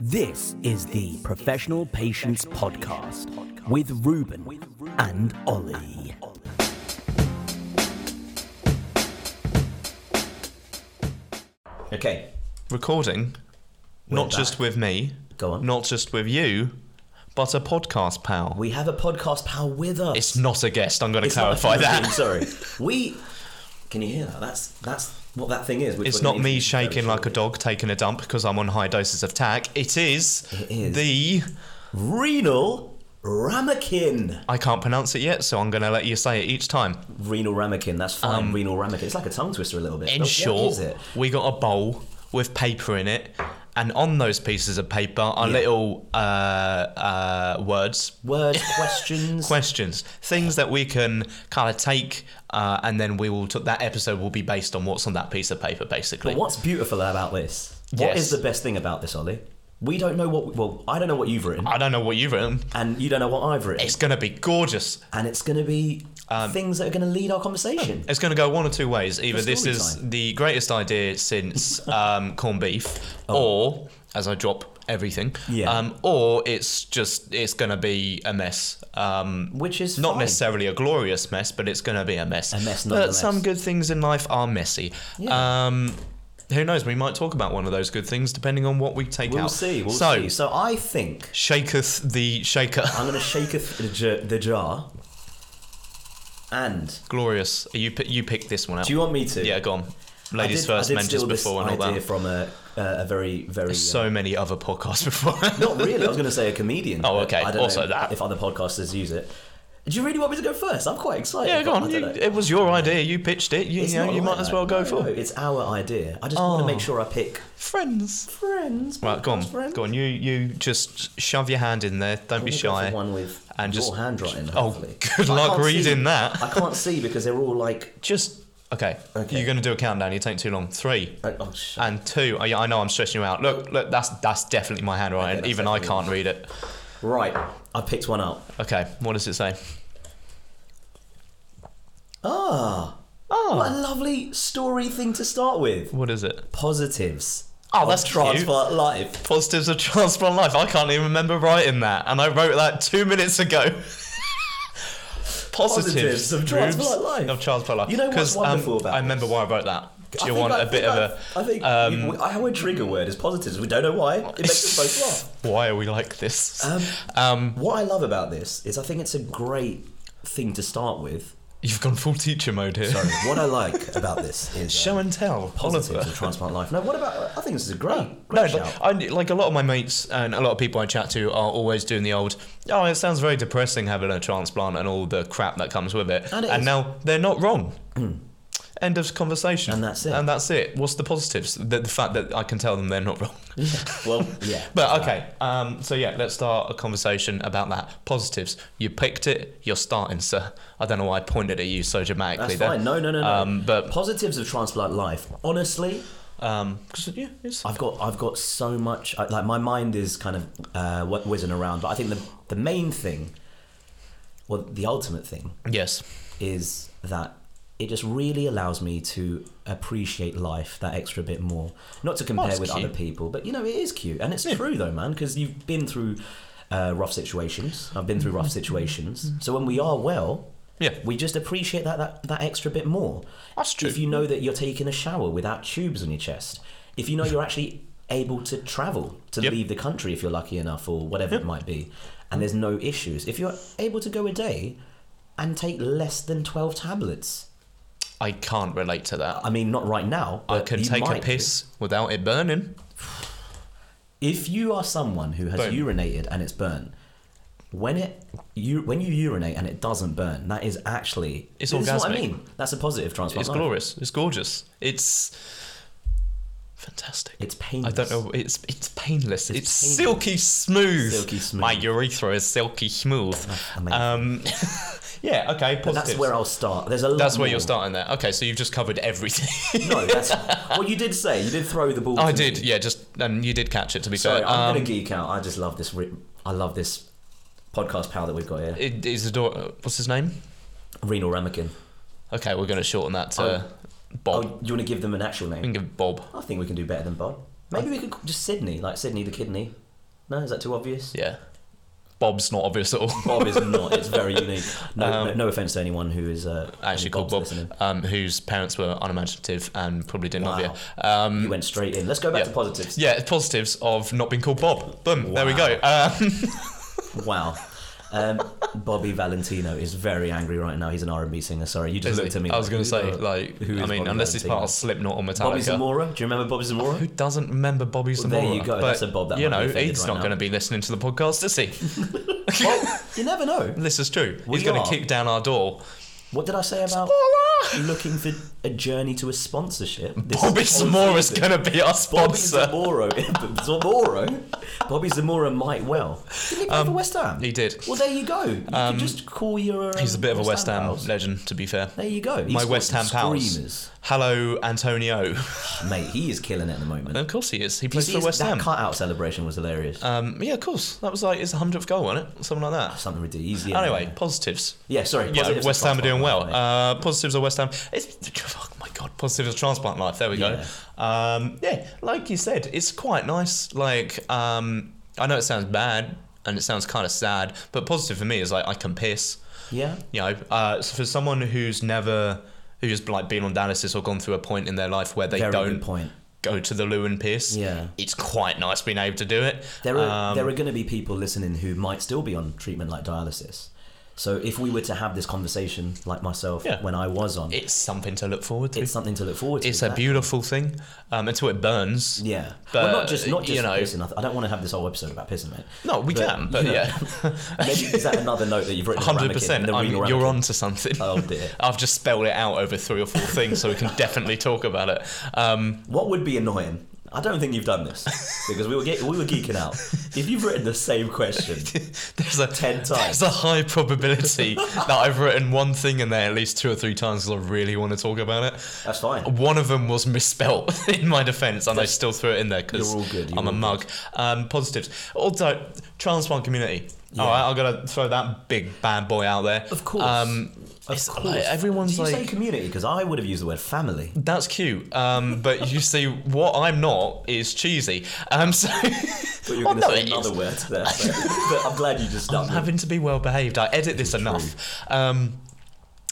This is the Professional Patients Podcast with Ruben and Ollie. Okay, recording, not back. just with me, Go on. not just with you, but a podcast pal. we have a podcast pal with us. it's not a guest. I'm going to It's not a clarify human that. being, Sorry, we. Can you hear that? That's that's what that thing is. which It's we're not gonna me introduce very shaking like a shortly. dog taking a dump because I'm on high doses of tack. It is, It is. the Renal ramekin. I can't pronounce it yet, so I'm going to let you say it each time. Renal ramekin. That's fine. renal ramekin. It's like a tongue twister a little bit. Um, In but what short, is it? we got a bowl with paper in it, and on those pieces of paper are little uh, uh, words, Words, questions. questions, things that we can kind of take, uh, and then we will. T- that episode will be based on what's on that piece of paper, basically. But what's beautiful about this? What Yes. is the best thing about this, Ollie? We don't know what. Well, I don't know what you've written, I don't know what you've written. and you don't know what I've written, It's gonna be gorgeous. and it's going to be Um, things that are going to lead our conversation. It's gonna go one of two ways. Either this story is time. the greatest idea since um, corned beef, or as I drop everything, Oh. Yeah. um, or it's just it's gonna be a mess. Um, Which is not fine. necessarily a glorious mess, but it's going to be a mess. A mess But nonetheless. some good things in life are messy. Yeah. Um, who knows? We might talk about one of those good things depending on what we take out. We'll see. We'll so, see. So I think shaketh the shaker. I'm going to shake a th- the, jar, the jar. And Glorious. You pi- you pick this one out. do you want me to? yeah, go on. I Ladies did- I first, did men steal just this before and all idea that. From a, uh, a very very. uh, So many other podcasts before. not really. I was going to say a comedian. Oh, but okay. I don't Also know that. if other podcasters use it. Do you really want me to go first? I'm quite excited. yeah, go but on. I You, don't know. it was your idea. You pitched it. You, It's know, not you like might as that. well go No, for no, it. It's our idea. I just want to make sure I pick Friends. friends. Oh. Right, go on. podcast friends. Go on. You you just shove your hand in there. Don't be We'll go shy. for One with and your just- handwriting. Oh, Hopefully. good I luck can't reading see- that. I can't see because they're all like. Just okay. Okay. You're going to do a countdown. You take too long. Three Oh, oh, shit. and two. I, I know I'm stressing you out. Look, look. That's that's definitely my handwriting. that's Even I definitely can't read it. Right, I picked one up. Okay. What does it say? Ah, what a lovely story thing to start with. What is it? Positives. Oh, of that's cute. transplant life. Positives of transplant life. I can't even remember writing that, and I wrote that two minutes ago. Positives, Positives of transplant Oops. life. Of transplant life. You know what's 'Cause, um, wonderful about I remember this? why I wrote that. Do you I think want I- a bit I- of a? I think um, you- our trigger word is positives. We don't know why. It makes us both laugh. Why are we like this? Um, um, What I love about this is I think it's a great thing to start with. You've gone full teacher mode here. Sorry, what I like about this is um, Show and tell, positives Oliver. of transplant life. No, what about? I think this is a great, No, great shout. but I, like a lot of my mates and a lot of people I chat to are always doing the old, oh, it sounds very depressing having a transplant and all the crap that comes with it. And it is. Hmm. now they're not wrong. End of conversation. And that's it. And that's it. What's the positives? The, the fact that I can tell them they're not wrong. well, yeah. But okay, um, so yeah, let's start a conversation about that. Positives. You picked it, you're starting, sir. I don't know why I pointed at you so dramatically That's there. fine. No, no, no, no. Um, but positives of transplant life. Honestly, Um, 'cause, yeah, it's, I've got I've got so much. I- Like my mind is kind of uh, wh- whizzing around. But I think the the main thing, well, the ultimate thing, yes, is that it just really allows me to appreciate life that extra bit more. Not to compare that's with cute. other people, but you know it is cute and it's true though, man. Because you've been through uh, rough situations. I've been through rough situations. So when we are well, Mm-hmm. yeah, we just appreciate that that, that extra bit more. that's true. If you know that you're taking a shower without tubes on your chest, if you know you're actually able to travel to Yep. leave the country if you're lucky enough or whatever it might be, and there's no issues, if you're able to go a day and take less than 12 tablets, I can't relate to that. I mean, not right now. I but can you take a might do. piss without it burning. If you are someone who has Boom. urinated and it's burnt, when it you when you urinate and it doesn't burn, that is actually It's this Is what orgasmic. I mean. That's a positive transplant. It's life. glorious. It's gorgeous. It's fantastic. It's painless. I don't know. It's it's painless. It's, painless. silky smooth. Silky smooth. My urethra is silky smooth. amazing. Um, yeah. Okay. Positive. But that's where I'll start. There's a lot. That's where you're more. starting there. Okay. So you've just covered everything. No, that's well. You did say you did throw the ball. I to did. me. Yeah. Just and you did catch it. To be Sorry, fair. I'm Um, gonna geek out. I just love this. Re- I love this podcast pal that we've got here. it is a door. What's his name? Renal Ramekin. Okay. We're gonna shorten that to Oh, Bob. you want to give them an actual We name? can give Bob. I think we can do better than Bob. Maybe we could c- just Sydney, like Sydney the Kidney. No, is that too obvious? Yeah. Bob's not obvious at all. Bob is not. It's very unique. No, Um, no, no offense to anyone who is uh, Actually any called Bob's Bob, listening. um, whose parents were unimaginative and probably didn't love Wow. you. Um, You went straight in. Let's go back yeah. to positives. Yeah, positives of not being called Bob. Boom. There we go. Um, Wow. Um, Bobby Valentino is very angry right now. He's an R and B singer. Sorry, you just looked at me. I was going to to say, like, who I is mean, Bobby unless he's part of Valentino? Slipknot or Bobby Metallica. Zamora. Do you remember Bobby Zamora? Who doesn't remember Bobby Well, Zamora? there you go. But, That's a Bob that you might be know, offended he's right not now. going to be listening to the podcast, is he? Well, you never know. this is true. We he's going are. to kick down our door. What did I say about looking for a journey to a sponsorship? This Bobby is Zamora's positive. going to be our Bobby sponsor. Zamora. Zamora. Bobby Zamora might well. Didn't he play for West Ham? Um, He did. Well, there you go. You can just call your. uh, He's a bit of a West Ham pals. legend, to be fair. There you go. He My scored West some Ham pals. screamers. Hello, Antonio. Mate, he is killing it at the moment. of course he is. He You plays see for his- West that Ham. cutout celebration was hilarious. Um, yeah, of course. That was like his 100th goal, wasn't it? Something like that. Something ridiculous. Yeah, Anyway, positives. yeah, sorry. Yeah, positives West and Ham are doing well. transplant, Uh, positives are West Ham. It's oh my god, positives are transplant life. There we go. Um, yeah, like you said, it's quite nice. Like um, I know it sounds bad and it sounds kind of sad, but positive for me is like I can piss. mate. Yeah. You know, uh, so for someone who's never who's like been on dialysis or gone through a point in their life where they Very don't good point. go to the loo and piss. Yeah. It's quite nice being able to do it. There are Um, there are going to be people listening who might still be on treatment like dialysis. So if we were to have this conversation, like myself, Yeah. when I was on, it's something to look forward to. it's It's, something to look forward to. a That- beautiful thing um, until it burns. Yeah, But, well, not just not just you know- pissing. I th- I don't want to have this whole episode about pissing, mate. No, we But, can, but you know, yeah, Maybe is that another note that you've written? in the hundred percent. ramekin, the regal You're ramekin? on to something. Oh dear. I've just spelled it out over three or four things, so we can definitely talk about it. Um, What would be annoying? I don't think you've done this because we were ge- we were geeking out. If you've written the same question, there's a 10 times. There's a high probability that I've written one thing in there at least two or three times because I really want to talk about it. that's fine. One of them was misspelt in my defence, and I still threw it in there because You're all good, you're I'm a all good. mug. Um, positives. Also, transplant community. Yeah. All right, I'm gonna throw that big bad boy out there. Of course. Um, Of it's course. like everyone's Did you like- say community? Because I would have used the word family. That's cute, um, but you see, what I'm not is cheesy. Um, so But you Well, were going to no, say it another is. word there. So. but I'm glad you just I'm stopped. me. having to be well behaved. I edit this enough. Um,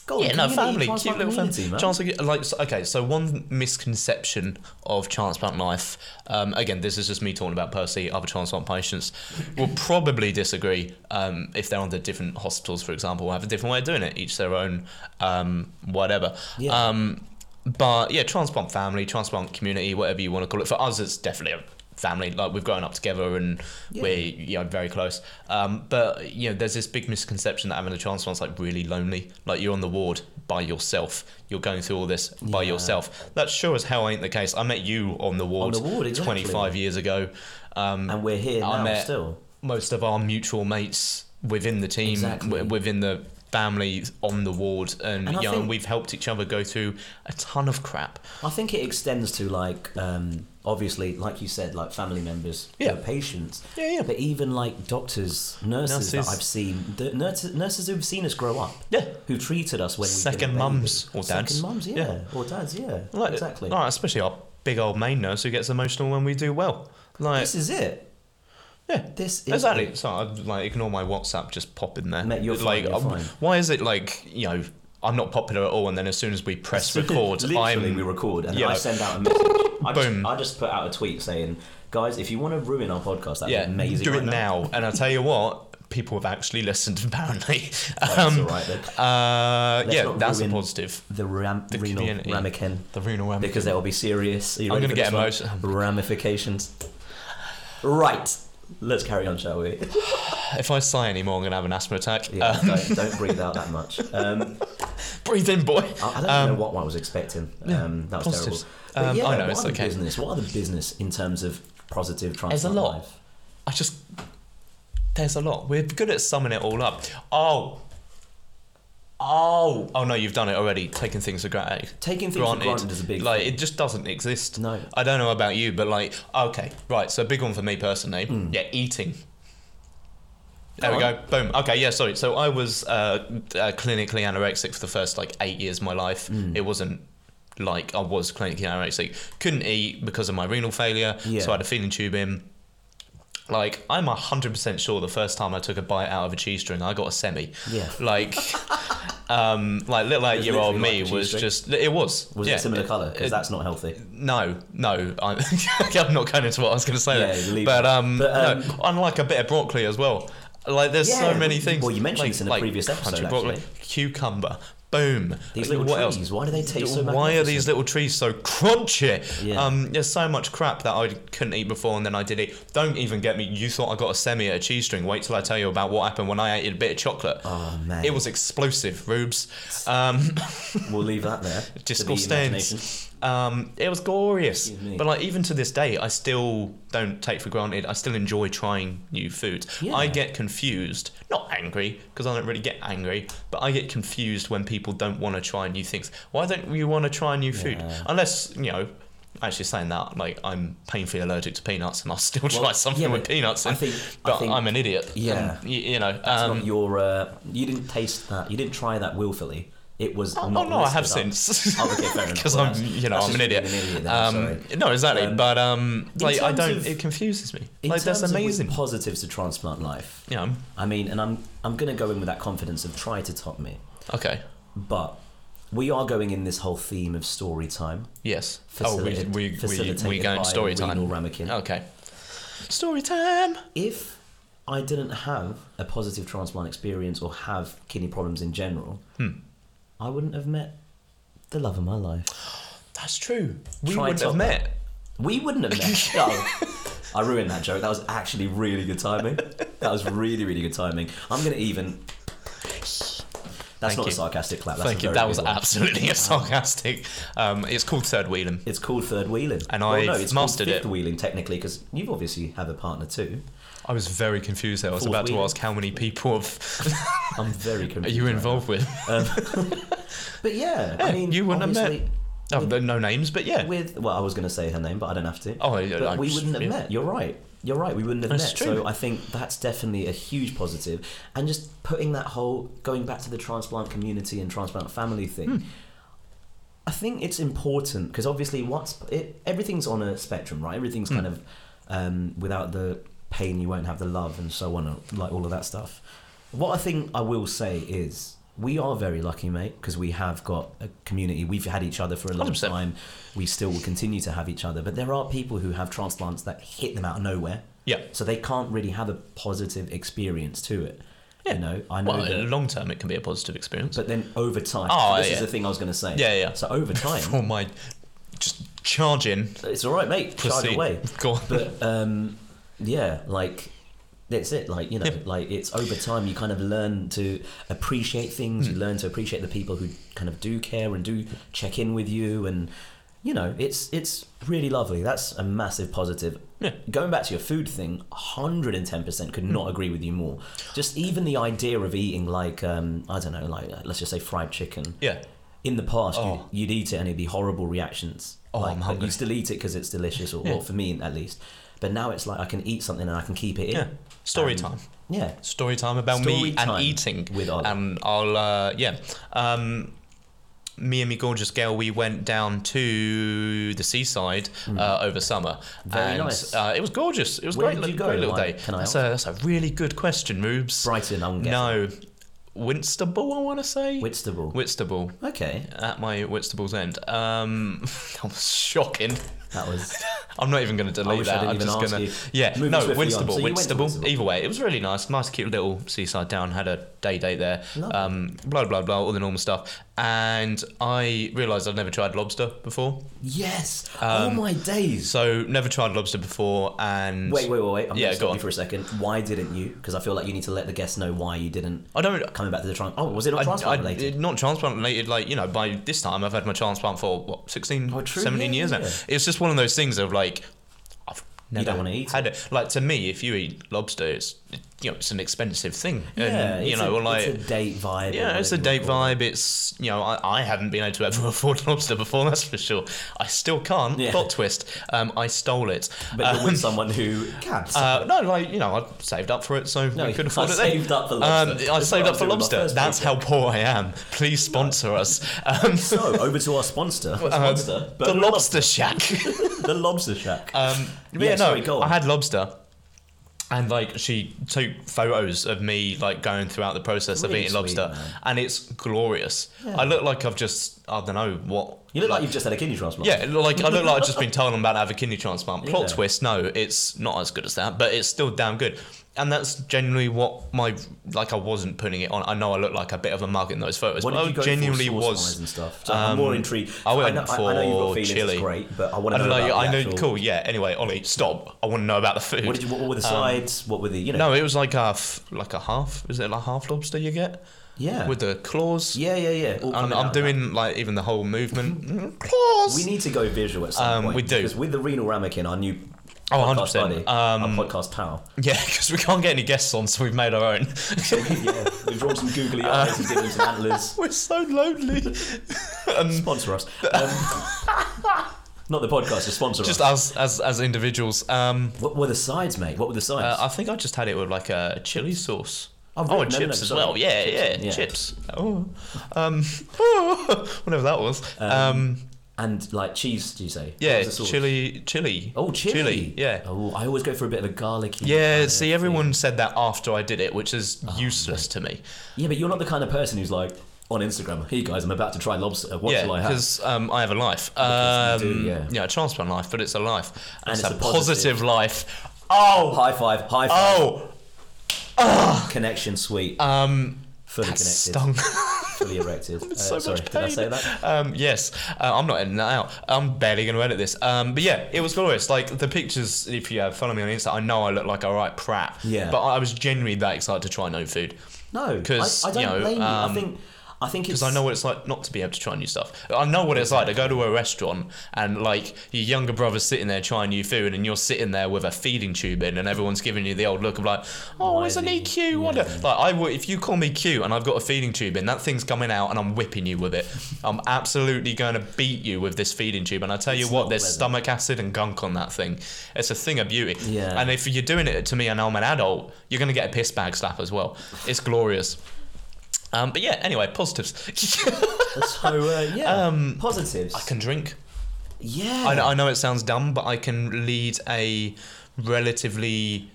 Go on, yeah, no, community, family, transplant cute little community, family. man. Transplant, like, so- okay, so one misconception of transplant life. Um, again, this is just me talking about Percy. Other transplant patients will probably disagree um, if they're under different hospitals, for example, have a different way of doing it. Each their own, um, whatever. Yeah. Um, but yeah, transplant family, transplant community, whatever you want to call it. For us, it's definitely a family. Like we've grown up together and Yeah. we're you know very close. Um, but you know, there's this big misconception that having a transplant's like really lonely. Like you're on the ward by yourself. You're going through all this by Yeah. yourself. That sure as hell ain't the case. I met you on the ward, the ward, exactly. 25 years ago. Um, and we're here I now met- still. most of our mutual mates within the team, Exactly. w- within the family on the ward, and, And I you know, think- we've helped each other go through a ton of crap. I think it extends to like um, obviously, like you said, like family members, Yeah. your patients, Yeah, yeah. but even like doctors, nurses, that Nurses. I've seen, the nurses, nurses who've seen us grow up, Yeah. who treated us when Second we were mums or dads. second mums, yeah, Yeah. or dads, yeah, Like, exactly. Like, especially our big old main nurse who gets emotional when we do well. Like, This is it. yeah. This is Exactly. it. So I like ignore my WhatsApp, just pop in there. Mate, you're like, fine, you're um, fine. why is it like you know I'm not popular at all, and then as soon as we press record, Literally, I'm we record and yeah, I like, send out a message. I just, Boom. I just put out a tweet saying, guys, if you want to ruin our podcast, that'd yeah, be amazing. do right it now. and I tell you what, people have actually listened apparently. That's Um, all right. The, Uh, Let's yeah, not that's a ruin positive. the, ram, renal community. ramekin. The renal ramekin. because that will be serious. Are you I'm ready gonna for get this one? Ramifications. Right. Let's carry on, shall we? if I sigh anymore, I'm gonna have an asthma attack. Yeah, Uh, don't, don't breathe out that much. Um, breathe in, boy. I, I don't Um, know what one I was expecting. yeah, Um, that was positives. terrible. But Um, yeah, I know what it's other okay. business? What other business in terms of positive transplant There's a lot. life? I just there's a lot. We're good at summing it all up. Oh, oh, oh no, you've done it already. Taking things for granted. Taking things Granted, for granted is a big like thing. it just doesn't exist. No. I don't know about you, but like okay, right. So a big one for me personally. Yeah, eating. There we Hmm. Go go. Boom. Okay. Yeah. Sorry. So I was uh, uh, clinically anorexic for the first like eight years of my life. Hmm. It wasn't like I was clinically anorexic. Couldn't eat because of my renal failure. Yeah. So I had a feeding tube in. Like, I'm 100% sure the first time I took a bite out of a cheese string, I got a semi. Yeah. Like, um, like little eight year old literally me like a was cheese just, it was. Was yeah, it similar it- colour? Because it- that's not healthy. no, no, I'm, I'm not going into what I was going to say. Yeah, there. leave But it. um, But, um, no, unlike a bit of broccoli as well. Like there's so Yeah, many well, things. well, you mentioned like, this in a previous episode, crunchy actually. cucumber, boom. These Like, little what trees, Else? why do they taste so Why are magnificent? these little trees so crunchy? Yeah. Um, there's so much crap that I couldn't eat before, and then I did it. Don't even get me. You thought I got a semi at a cheese string. Wait till I tell you about what happened when I ate a bit of chocolate. Oh, man. It was explosive, Rubes. Um, We'll leave that there. to the imagination. disgusting. Um, it was glorious, Excuse me. but like even to this day, I still don't take for granted. I still enjoy trying new foods. Yeah. I get confused, not angry, because I don't really get angry, but I get confused when people don't want to try new things. Why don't you want to try new food? Yeah. Unless you know. Actually, saying that, like I'm painfully allergic to peanuts, and I'll still try something yeah, with but peanuts. I in, think- I but think- I'm an idiot. Yeah. and, y- you know. It's Um, not your. Uh, you didn't taste that. You didn't try that willfully. It was. Oh, not no, I have listed up. since. Oh, okay, fair enough. Because Well, I'm, that's- you know, that's I'm an just idiot. being an idiot then, um, sorry. no, exactly. Um, but um, in like I terms don't. of- it confuses me. In Like that's terms of amazing. positives to transplant life. yeah. I mean, and I'm I'm gonna go in with that confidence of try to top me, Okay. but we are going in this whole theme of story time. Yes. Oh, we Facilitate- we we, we facilitated going by story renal time. Ramekin. Okay. Story time. If I didn't have a positive transplant experience or have kidney problems in general, Hmm. I wouldn't have met the love of my life. That's true. We Try wouldn't have top met. We wouldn't have met. No. I ruined that joke. That was actually really good timing. That was really, really good timing. I'm going to even. That's Thank not you. a sarcastic clap. That's Thank a you. very That good was one. absolutely a sarcastic. Um, it's called third wheeling. It's called third wheeling. And well, I no, it's called mastered fifth it. wheeling technically because you obviously have a partner too. I was very confused. There. I was Fourth about to wheeling. ask how many people have, I'm very are confused. you right involved with. now. But yeah, I Yeah, mean, you wouldn't have met- obviously Oh, no names, but yeah. With well, I was going to say her name, but I don't have to. Oh, I- but I we just- wouldn't have yeah. met. You're right. You're right. We wouldn't have That's met. true. So I think that's definitely a huge positive. And just putting that whole going back to the transplant community and transplant family thing. Hmm. I think it's important because obviously, what's it, everything's on a spectrum, right? Hmm. Everything's kind of um, without the pain, you won't have the love, and so on, like all of that stuff. What I think I will say is. We are very lucky, mate, because we have got a community. We've had each other for a long 100%. time. We still will continue to have each other. But there are people who have transplants that hit them out of nowhere. Yeah. So they can't really have a positive experience to it. Yeah. You know, I know Well, that. in long term, it can be a positive experience. But then over time, Oh, this yeah. is the thing I was going to say. Yeah, yeah. So over time, for my just charging, it's all right, mate. Charge proceed. away. Go on. But um, yeah, like that's it. Like you know, Yeah. like it's over time you kind of learn to appreciate things. You Hmm. learn to appreciate the people who kind of do care and do check in with you, and you know, it's it's really lovely. That's a massive positive. Yeah. Hmm. Going back to your food thing, hundred and ten percent could not agree with you more. Just even the idea of eating like um, I don't know, like uh, let's just say fried chicken yeah, in the past Oh. you'd, you'd eat it and it'd be horrible reactions Oh, like, I'm but hungry. you still eat it because it's delicious or, Yeah. or for me at least but now it's like i can eat something and i can keep it in yeah. Story time. yeah Story time about Story me time and eating. with Ollie. And I'll uh, yeah. Um, me and me gorgeous girl, we went down to the seaside uh, over summer. Hmm. Very and, nice. Uh, it was gorgeous. It was Where great. did li- you go? Great little Like, day. can I that's, a, that's a really good question, Moobs. brighton i'm guessing No, Winstable, I want to say. whitstable Whitstable. okay At my Whitstable's end. Um, that was shocking. that was I'm not even going to delete wish I that. didn't I'm even just ask going you. to. Yeah, Moving no, swiftly on. Winstable, So you went to Winstable. Winstable. Either way, it was really nice. Nice, cute little seaside town. Had a day date there. Lovely. Um, blah blah blah, all the normal stuff. And I realised I'd never tried lobster before, yes oh Um, my days so never tried lobster before. And wait wait wait wait i'm going Yeah, go to stop on. you for a second why didn't you because i feel like you need to let the guests know why you didn't I don't. coming back to the trans oh was it I, not transplant I- related Not transplant related, like, you know, by this time I've had my transplant for, what, 16, Oh, true, 17 yeah, years now. yeah. It's just one of those things of like, I've never don't wanna eat had it. Like, to me, if you eat lobster, it's, you know, it's an expensive thing. yeah, and, you it's know, a, or like, it's a date vibe. or yeah, it's a whatever you date call it. vibe. It's you know, I, I haven't been able to ever afford lobster before. That's for sure. I still can't. Yeah. Plot twist. Um, I stole it. But you're Um, with someone who can. uh, no, like you know, I saved up for it, so No, we could I afford it. saved then. up for lobster. Um, That's I what saved I up was for doing on my lobster. first That's how poor I am. Please sponsor us. Um, so over to our sponsor, uh, sponsor the Lobster Shack. the lobster shack. Um, but Yeah, yeah, no, sorry, go on. I had lobster. and like she took photos of me like going throughout the process Really of eating sweet, lobster man. and it's glorious Yeah. i look like i've just i don't know what You look like, you've just had a kidney transplant. yeah, like I look like I've just been told I'm about to have a kidney transplant. Plot Yeah. twist, no, it's not as good as that, but it's still damn good. And that's genuinely what my like I wasn't putting it on. I know I look like a bit of a mug in those photos, What but did I you go genuinely for sauce wise was. um, and stuff. So I'm more intrigued. I went know, I, I know you've got for feelings, it's chili. great, but I want I to don't know. know. about I the know. actual- Cool. Yeah. Anyway, Ollie, stop. I want to know about the food. What did you? What were the sides? what were the? You know. Um, no, it was like a f- like a half. Is it like half lobster you get yeah. with the claws? yeah. Yeah. Yeah. all I'm, coming I'm out now. doing like even the whole movement. Mm, claws. We need to go visual at some Um, point. we do. because with the renal ramekin, our new Oh, podcast 100%. buddy, Um, our podcast pal. Yeah, because we can't get any guests on, so we've made our own. So we, yeah, we've drawn some googly Uh, eyes and given him some antlers. We're so lonely. Sponsor us. Um, not the podcast, just sponsor Just us. as as as individuals. Um, What were the sides, mate? What were the uh, sides? I think I just had it with like a chili sauce. Oh, Oh, really? and No, no, chips no, as sorry. well. Yeah, Chips, yeah, yeah. chips. Oh, um, whatever that was. Um, and like cheese, do you say? What yeah, was the sauce? chili, chili. Oh, chili. Yeah. Oh, I always go for a bit of a garlicky. Yeah, kinda see, thing. everyone said that after I did it, which is Oh, useless to me. Yeah, but you're not the kind of person who's like on Instagram. Hey guys, I'm about to try lobster. What yeah, shall I have? Because um, I have a life. Because you Um, do, yeah. yeah, a transplant life, but it's a life. And it's, it's a, a positive, positive. life. Oh, High five, high five. oh, Connection sweet, um, fully that connected, stung. fully erected. Uh, so sorry, much did I pain. say that? Um, yes, uh, I'm not editing that out. I'm barely going to edit this. Um, but yeah, it was glorious. Like the pictures, if you uh, follow me on Insta, I know I look like a right prat. Yeah. But I was genuinely that excited to try new food No, 'Cause, I, I don't you know, blame you. I um, think, I think it's because I know what it's like not to be able to try new stuff. I know what it's like to go to a restaurant and like your younger brother's sitting there trying new food, and you're sitting there with a feeding tube in, and everyone's giving you the old look of like, oh, Why isn't is he he- cute? What a-" Like I would, if you call me cute and I've got a feeding tube in, that thing's coming out, and I'm whipping you with it. I'm absolutely going to beat you with this feeding tube, and I tell you It's what, not there's pleasant. stomach acid and gunk on that thing. It's a thing of beauty. Yeah. And if you're doing it to me and I'm an adult, you're going to get a piss bag slap as well. It's glorious. Um, but yeah, anyway, positives. so. Uh, yeah, um, positives. I can drink. yeah, I, I know it sounds dumb, but I can lead a relatively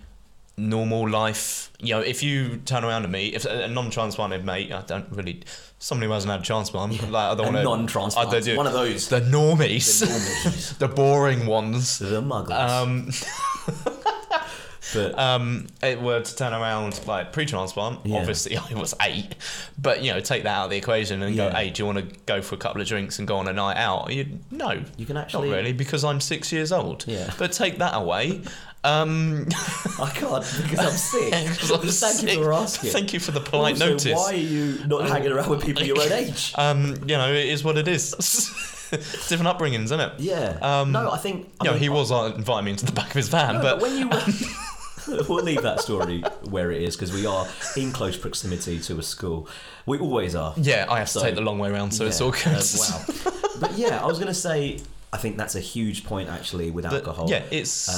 normal life. You know, if you turn around to me, if a a non-transplanted mate, I don't really. Somebody who hasn't had a transplant, like I A don't want non-transplant. I don't do- One of those. The normies, The normies. the boring ones. the muggles. Um, but um, it were to turn around like pre-transplant, Yeah. obviously I was eight, but you know, take that out of the equation and go, Yeah. hey, do you want to go for a couple of drinks and go on a night out? You no, you can actually. Not really, because I'm six years old. Yeah. But take that away. Um, I can't because I'm sick. 'cause I'm Thank sick. you for asking. Thank you for the polite Also, notice. Uh, Why are you not hanging around with people your own age? Um, you know, it is what it is. Different upbringings, isn't it? Yeah. Um, no, I think. I You know, mean, he was like, inviting me into the back of his van, No, but, but, when you were. we'll leave that story where it is because we are in close proximity to a school. We always are. yeah, I have to So- take the long way around, so it's Yeah, all good. uh, wow. But yeah, I was going to say, I think that's a huge point actually with But, alcohol. yeah, it's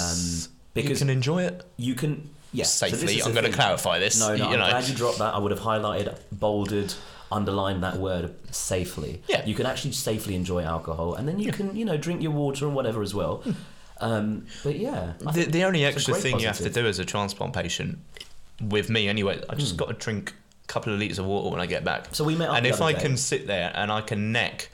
Um, you because- can enjoy it You can. Yeah. so this safely. is the I'm going to thing. clarify this. No, no, you I'm know. glad you dropped that. I would have highlighted, bolded, underlined that word safely. Yeah. You can actually safely enjoy alcohol, and then you can, you know, drink your water and whatever as well. Hmm. Um, but yeah, I the, think the only it's a extra great thing you have to positive. Hmm. do as a transplant patient, with me anyway, I just got to drink a couple of litres of water when I get back. so. We met up and the if other I day. can sit there and I can neck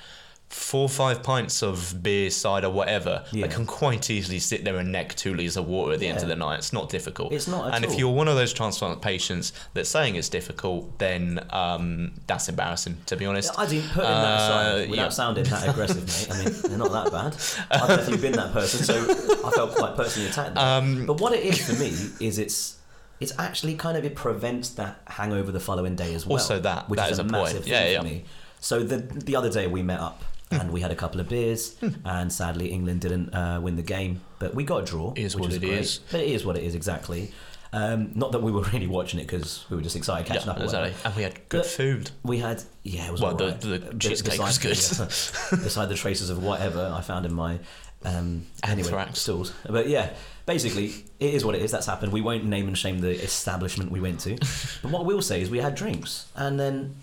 four or five pints of beer, cider, whatever, Yeah. I can quite easily sit there and neck two litres of water at the end Yeah. of the night. It's not difficult. It's not at and all. if you're one of those transplant patients that's saying it's difficult, then um, that's embarrassing, to be honest. I do put in that Uh, aside without yeah. sounding that aggressive, mate. I mean, they're not that bad. I've definitely been that person, so I felt quite personally attacked. there. Um, but what it is for me is it's it's actually kind of it prevents that hangover the following day as well. Also that- which that is is a, a point. massive Yeah, thing yeah. for me. So the the other day we met up and we had a couple of beers, Hmm. and sadly England didn't uh, win the game, but we got a draw. Is which what was it great. is. But it is what it is exactly. Um, not that we were really watching it because we were just excited Yeah, catching up. or whatever. exactly. And we had good But- food. We had yeah, it was Well, all the- right. the Be- cheesecake was besides- yeah, beside the traces of whatever I found in my um, anyway Anthrax. stools, but yeah, basically it is what it is. That's happened. We won't name and shame the establishment we went to, but what we'll say is we had drinks, and then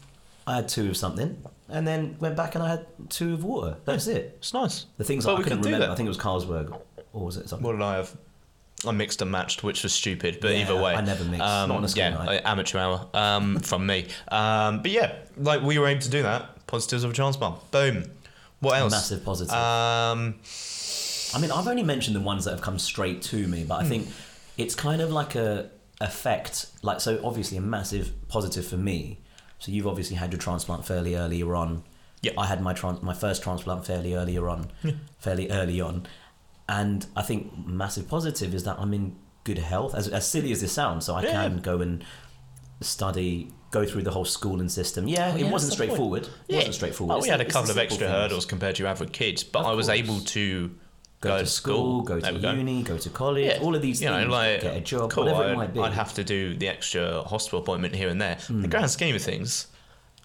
I had two of something, and then went back and I had two of water. That's it. It's nice. The things But I we couldn't can do remember. that. I think it was Carlsberg, or was it something? What did I have? I mixed and matched, which was stupid, but Yeah, either way, I never mix. Um, Not on a school yeah, night. uh, amateur hour um, from me. Um, but yeah, like we were able to do that. Positives of a chance bomb. Boom. What else? Massive positive. Um, I mean, I've only mentioned the ones that have come straight to me, Hmm. but I think it's kind of like a effect. Like, so obviously a massive positive for me. So you've obviously had your transplant fairly earlier on. Yeah. I had my trans- my first transplant fairly earlier on, fairly early on, and I think massive positive is that I'm in good health. As as silly as this sounds, so I Yeah, can go and study, go through the whole schooling system. Yeah, Oh, it yeah, wasn't that's the point. straightforward. It Yeah. wasn't straightforward. well, It's we had the- a it's the couple of simple extra things. hurdles compared to your average kids, but Of I was course. able to Go, to school, go There to we go. uni, go to college. Yeah, All of these you things. know, like get a job, cool, whatever I'd, it might be. Hmm. I'd have to do the extra hospital appointment here and there. In the grand scheme of things,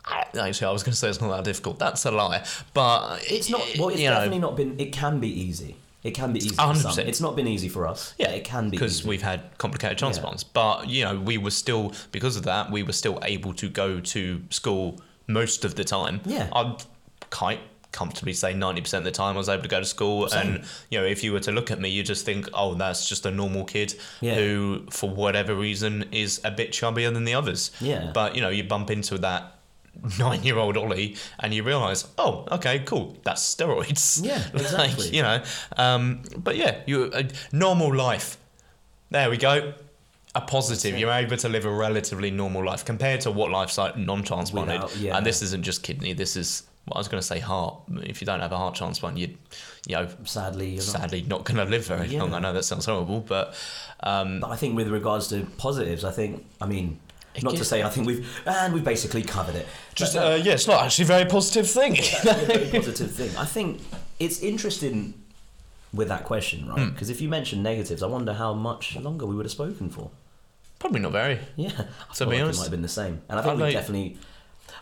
I- actually, I was going to say it's not that difficult. That's a lie, but It's not. Well, it's definitely not been. It can be easy. It can be easy for some. 100%. It's not been easy for us. Yeah, but it can be. because easy. we've had complicated transplants. But you know, we were still because of that, we were still able to go to school most of the time. Yeah. I'd quite comfortably say ninety percent of the time I was able to go to school. Same. And you know, if you were to look at me, you just think, oh, that's just a normal kid Yeah. who, for whatever reason, is a bit chubbier than the others. Yeah. But you know, you bump into that. Nine-year-old Ollie, and you realise, oh, okay, cool, that's steroids. Yeah, Like, exactly. you know, um, but yeah, you a normal life. There we go. A positive. That's it. You're able to live a relatively normal life compared to what life's like non-transplanted. Without- yeah. And this isn't just kidney. This is well, I was going to say heart. If you don't have a heart transplant, you, you know, sadly, you're not. sadly not going to live very Yeah. long. I know that sounds horrible, but um, But I think with regards to positives, I think. I mean, It not to gives- say I think we've and we've basically covered it. just But uh, yeah, it's not actually a very positive thing. that's a very positive thing. I think it's interesting with that question, right? Hmm. Because if you mentioned negatives, I wonder how much longer we would have spoken for. Probably not very. Yeah, I To feel be like honest- it might have been the same, and I think I we like- definitely.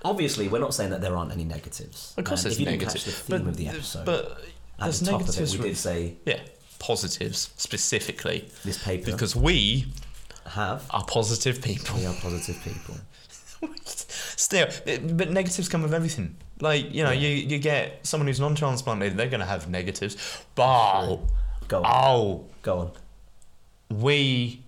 Obviously, we're not saying that there aren't any negatives. Of course, And there's if you didn't catch negatives. the theme but of the episode, but at there's the top of it, negatives. we with- did say yeah, positives specifically this paper because we have are positive people. we are positive people. Still, it- but negatives come with everything. Like you know, you, you get someone who's non-transplanted, they're gonna have negatives. But Go on, oh, go on. we,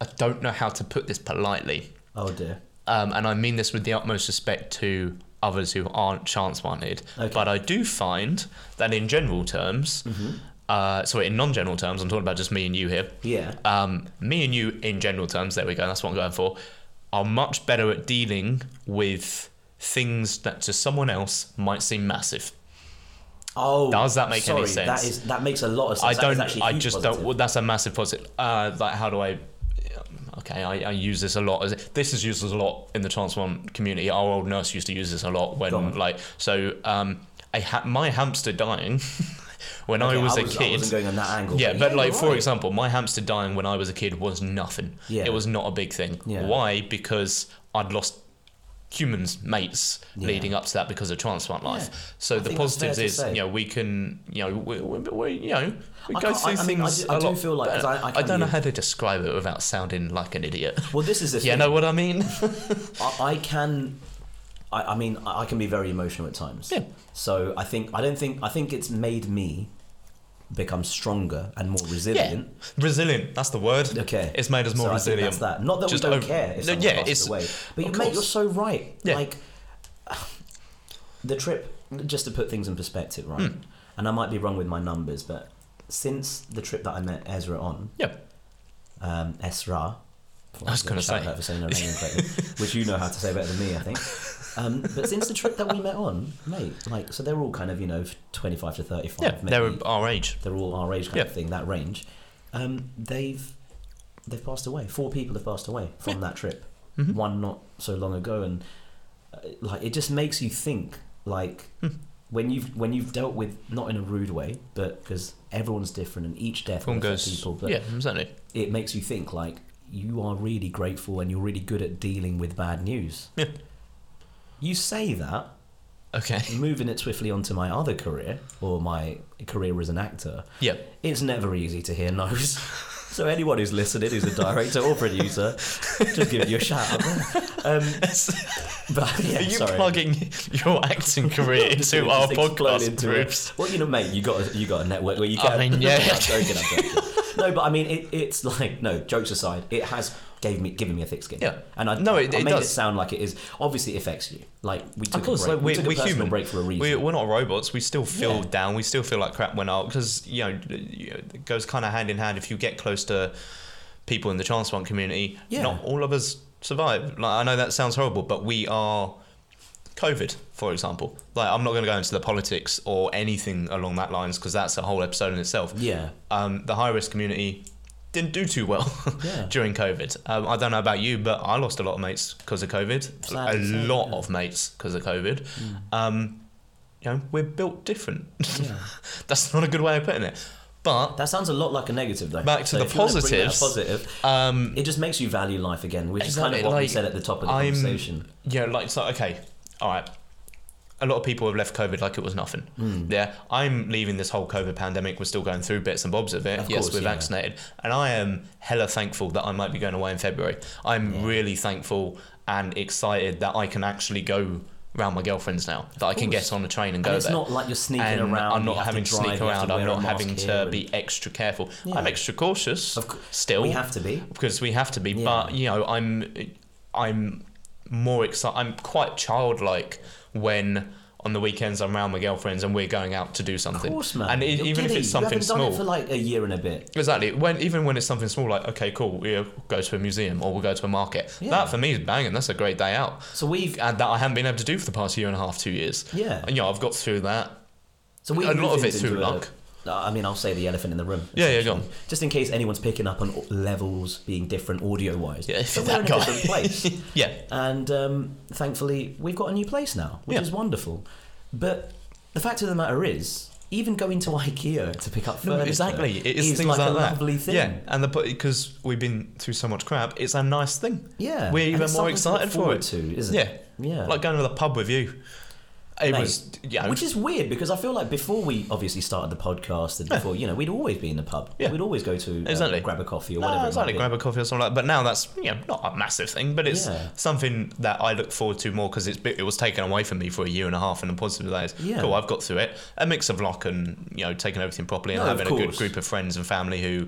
I don't know how to put this politely, Oh dear. um, and I mean this with the utmost respect to others who aren't transplanted. Okay. Mm-hmm. But I do find that in general terms, uh, sorry, in non-general terms, I'm talking about just me and you here. Yeah. Um, me and you, in general terms, there we go, that's what I'm going for, are much better at dealing with things that to someone else might seem massive. Oh. Does that make sorry, any That sense? is that makes a lot of I sense. That is don't, actually I huge just positive. don't, well, that's a massive positive. Uh, like, how do I, okay, I, I use this a lot. as- This is used as a lot in the transplant community. Our old nurse used to use this a lot when, Go on. like, so um, a ha- my hamster dying when Okay, I was I a was, kid. I wasn't going on that angle. Yeah, but like you're for right. example, my hamster dying when I was a kid was nothing. Yeah. It was not a big thing. Yeah. Why? Because I'd lost humans, mates, Yeah. leading up to that because of transplant life. Yeah. So I the think that's fair positives to is, say. you know, we can, you know, we, we, we you know, we I go can't- through I- I mean, I things do- I a do lot feel like- 'cause better. I- I I can don't know be- how to describe it without sounding like an idiot. Well, this is the Yeah, thing. know what I mean? I, I can. I, I mean, I I can be very emotional at times. Yeah. So I think I don't think I think it's made me become stronger and more yeah. resilient. Resilient, that's the word. Okay. It's made us more so I think resilient. that's that. Not that Just we don't over- care. If No, someone yeah, passes it's- away. But you, of mate, you're course. so right. Yeah. Like the trip, just to put things in perspective, right? Hmm. And I might be wrong with my numbers, but since the trip that I met Ezra on, Yeah. um, Esra. I was gonna Shout say. out for saying her name correctly, which you know how to say better than me, I think. Um, but since the trip that we met on, mate, like so they're all kind of you know twenty-five to thirty-five. Yeah, maybe. they're our age. they're all our age kind Yeah. of thing, that range. Um, they've they've passed away. Four people have passed away from that trip. Mhm. One not so long ago, and uh, like it just makes you think. Like Hmm. when you've when you've dealt with not in a rude way, but because everyone's different and each death Everyone will affect goes. people. But yeah, exactly. it makes you think like you are really grateful and you're really good at dealing with bad news. Yeah. You say that, Okay. moving it swiftly onto my other career or my career as an actor, Yeah. it's never easy to hear no's. So anyone who's listening, who's a director or producer, just give you a shout out. Um, but yeah, Are you sorry. plugging your acting career Just into our explode podcast into it. groups? Well, you know, mate, you got a, you got a network where you I can. mean, yeah. I'm joking, I'm joking. no, but I mean, it, it's like no jokes aside, it has gave me given me a thick skin. Yeah. and I No, it- I it made does. it sound like it is. Obviously, it affects you. Like we took Of course, a break. like we we're, took a we're personal human. break for a reason. We're, we're not robots. We still feel Yeah. down. We still feel like crap when our because you know you know, it goes kind of hand in hand. If you get close to people in the transplant community, Yeah. not all of us survive. Like I know that sounds horrible, but we are COVID, for example. Like I'm not going to go into the politics or anything along that lines because that's a whole episode in itself. yeah, Um, the high risk community didn't do too well Yeah. during COVID. Um, I don't know about you, but I lost a lot of mates because of COVID. Sad a to say, lot yeah. Mm. of mates because of COVID. Um, you know, we're built different. yeah. That's not a good way of putting it. But That sounds a lot like a negative though. Back to the if you wanna bring that positives. Positive. um, It just makes you value life again, which is kind Exactly, of what we like, said at the top of the I'm- conversation. yeah, like so. Okay, all right. A lot of people have left COVID like it was nothing. Hmm. Yeah, I'm leaving this whole COVID pandemic. We're still going through bits and bobs of it. Of yes, course, we're yeah. vaccinated, and I am hella thankful that I might be going away in February. I'm really thankful and excited that I can actually go round my girlfriend's now. That I can course. get on a train and go And it's there. not like you're sneaking and around. I'm you not have having to, drive, sneak you have around. to I'm wear a not mask having here to and- be extra careful. Yeah. I'm extra cautious Of cou- still We have to be. because we have to be. Yeah. But you know, I'm I'm more excited. I'm quite childlike when on the weekends I'm around my girlfriends and we're going out to do Of something. course, man. And e- You're even if giddy. it's you something haven't done small. it for like a year and a bit. Exactly. When even when it's something small, like okay, cool, we'll go to a museum or we'll go to a market. Yeah. That for me is banging. That's a great day out, So we've and that I haven't been able to do for the past year and a half, two years. Yeah. And you know, I've got through that. So we A lot of moved it's through into a- luck. I mean, I'll say the elephant in the room. Yeah, yeah, go on. essentially. Just in case anyone's picking up on levels being different audio wise. Yeah, so that we're in guy. a different place. Yeah. and um, thankfully, we've got a new place now, which Yeah. is wonderful. But the fact of the matter is, even going to IKEA to pick up No, furniture but exactly. It is, is things like like a that. lovely thing. Yeah, and the because we've been through so much crap, it's a nice thing. Yeah, We're and even it's more something to look excited for forward it. To isn't Yeah, it? Yeah, like going to the pub with you. It Mate, was yeah, Which is weird because I feel like before we obviously started the podcast and before you know we'd always be in the pub. Yeah. We'd always go to uh, Exactly. grab a coffee or no, whatever. it might exactly. be. Grab a coffee or something like. that. But now that's you know, not a massive thing, but it's Yeah. something that I look forward to more because it's bit- it was taken away from me for a year and a half, and the positive of that is Yeah. cool. I've got through it. A mix of luck and you know taking everything properly and No, of having a good course. group of friends and family who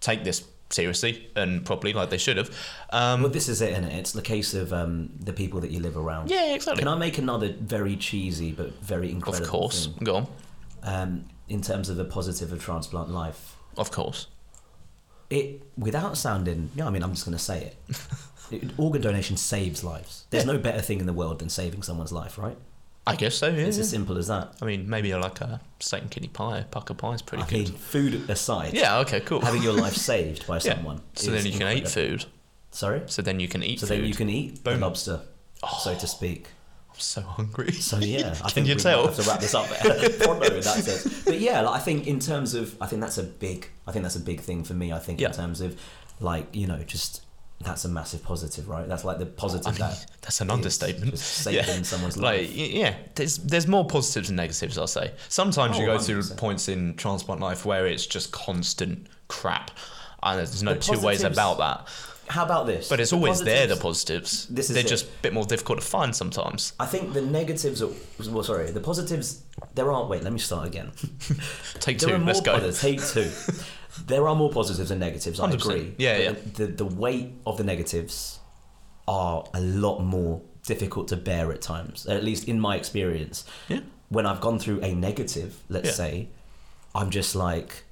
take this seriously and properly like they should have. Um, Well, this is it, and it's the case of um, the people that you live around. yeah, exactly. Can I make another very cheesy but very Of incredible course, thing, go on. um, in terms of the positive of transplant life? Of course. It without sounding, yeah, I mean, I'm just going to say it. it. Organ donation saves lives. There's no better thing in the world than saving someone's life, right? I guess so. Yeah. It's yeah. as simple as that. I mean, maybe I like a steak and kidney pie. Pucker pie's pretty I good. mean, food aside, yeah. Okay. Cool. having your life saved by Yeah. someone. so is then you can eat incredible. food. Sorry. So then you can eat So food. then you can eat the Boom. lobster, so to speak. I'm so hungry. So yeah, I Can think you we tell? might Have to wrap this up pronto in that sense. But yeah, like, I think in terms of, I think that's a big, I think that's a big thing for me. I think Yeah. in terms of, like you know, just that's a massive positive, right? That's like the positive I mean, that that's an is understatement. Just saving Yeah. someone's Like, life. y- yeah, there's there's more positives and negatives. I'll say. Sometimes you Oh, go through 100%. points in transplant life where it's just constant crap, and there's no The two ways positives- about that. How about this? But it's The always there. The positives- positives. This is They're it. just a bit more difficult to find sometimes. I think the negatives are well, sorry, the positives there aren't. Wait, let me start again. Take There two. are more Let's go. positives. Take two. there are more positives than negatives. I 100%. agree. Yeah, yeah. but The, the weight of the negatives are a lot more difficult to bear at times. At least in my experience, Yeah. when I've gone through a negative, let's Yeah. say, I'm just like,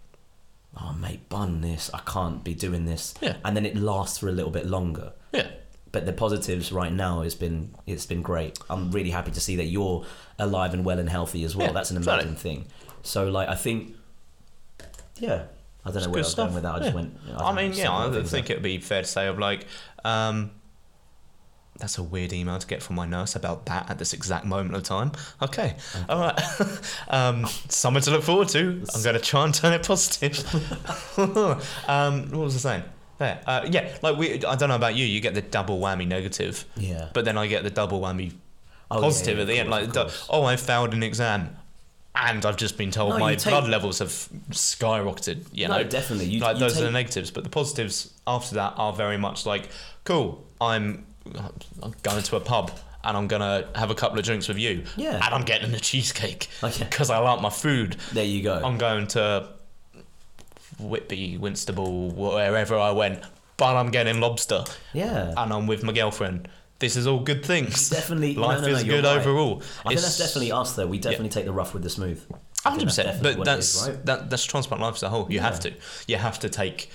oh mate, bun this. I can't be doing this. Yeah. And then it lasts for a little bit longer Yeah. but the positives right now has been it's been great. I'm really happy to see that you're alive and well and healthy as well. Yeah, That's an exactly. amazing thing. So like I think, yeah, I don't know where good I was stuff, going with that. I just yeah. went. I, mean, yeah, I don't know, think it'd be fair to say of like, um, that's a weird email to get from my nurse about that at this exact moment of time. Okay, all right, um, something to look forward to. I'm going to try and turn it positive. um, what was I saying? There, uh, yeah, like we. I don't know about you. You get the double whammy negative, Yeah. but then I get the double whammy Oh, yeah, positive yeah, at the of end. course, Like, of du- course. oh, I failed an exam. And I've just been told No, my you take- blood levels have skyrocketed. You No, know, definitely. You- like you those are take- the negatives, but the positives after that are very much like, cool. I'm, I'm going to a pub and I'm gonna have a couple of drinks with you. Yeah. And I'm getting a cheesecake Okay. because I like my food. There you go. I'm going to Whitby, Winstable, wherever I went, but I'm getting lobster Yeah. and I'm with my girlfriend. This is all good things. Definitely- no, life no, no, is you're good right. overall. I think that's uh, It's- definitely us, though. We definitely take the rough with the smooth. I think hundred percent. definitely But what it that's is, right? that, that's transplant life as a whole. You Yeah. have to. You have to take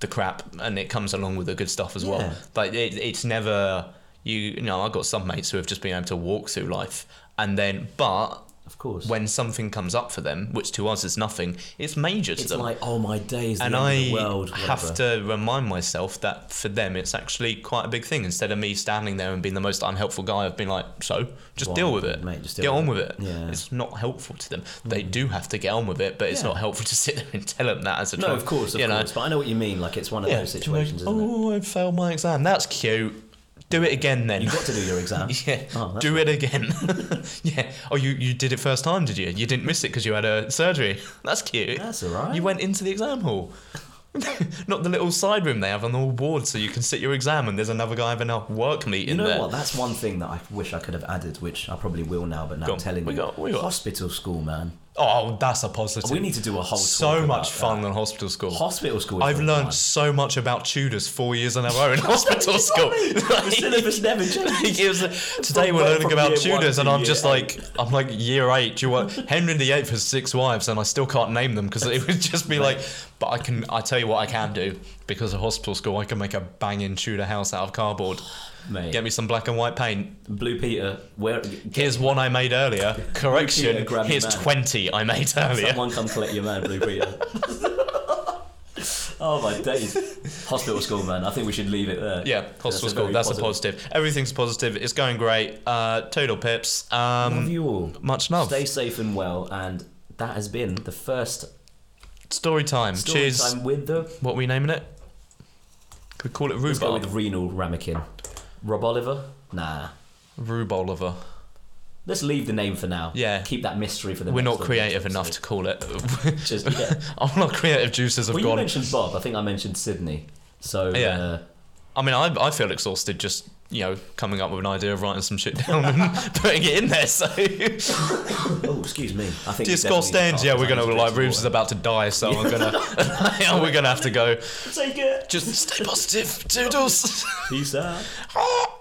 the crap, and it comes along with the good stuff as Yeah. well. Like it, it's never you. You know, I've got some mates who have just been able to walk through life, and then but. Of course. When something comes up for them, which to us is nothing, it's major to it's them. like, oh my days, the end and of I the world. have whatever. to remind myself that for them, it's actually quite a big thing. Instead of me standing there and being the most unhelpful guy, I've been like, so just Well, deal with it, mate, just deal get with on it." with it. Yeah. Hmm. It's not helpful to them. They do have to get on with it, but it's Yeah. not helpful to sit there and tell them that as a No, child, of course, of you know. course. But I know what you mean. Like, it's one of Yeah. those situations, isn't it? oh, I failed my exam. That's cute. Do it again then. You've got to do your exam. Yeah, Oh, that's do it again. yeah. Oh, you, you did it first time, did you? You didn't miss it because you had a surgery. That's cute. That's all right. You went into the exam hall. Not the little side room they have on the board so you can sit your exam and there's another guy having a work meeting You know there. what? That's one thing that I wish I could have added, which I probably will now. But now Go I'm on. telling We you, got- we got- hospital school, man. Oh, that's a positive. We need to do a whole talk so about much that. fun on hospital school. Hospital school. is I've the learned one. so much about Tudors four years in a row in hospital school. The syllabus never changes. It was, today From- we're learning from about year one Tudors, to and I'm year just like, I'm like year eight. You were Henry VIII has six wives, and I still can't name them because it would just be like. But I can, I tell you what, I can do because of hospital school. I can make a banging Tudor house out of cardboard. Mate, Get me some black and white paint. Blue Peter, where Here's one I made earlier. Correction. grab your Here's man. twenty I made earlier. someone come collect your man, Blue Peter. oh my days! Hospital school, man. I think we should leave it there. Yeah, hospital school. very That's a positive. Everything's positive. It's going great. Uh, total pips. Love Um, you all. much love. Stay safe and well, and that has been the first Story time. story Cheers. time with the What are we naming it? Could we call it Let's go with rhubarb? renal ramekin. Rob Oliver? Nah. Rhuboliver. Let's leave the name for now. Yeah. Keep that mystery for the. We're next not one. creative enough to call it. Just, yeah. I'm not creative. Juices have Well, you gone. mentioned Bob. I think I mentioned Sydney. So Yeah. uh, I mean, I, I feel exhausted just you know coming up with an idea of writing some shit down and putting it in there. So oh, excuse me. I think we disgust definitely- ends. Yeah, oh, we're gonna I need to like drink Rubes is some about to die, so I'm gonna yeah, we're gonna have to go. water. Take it. Just stay positive, toodles. Peace out.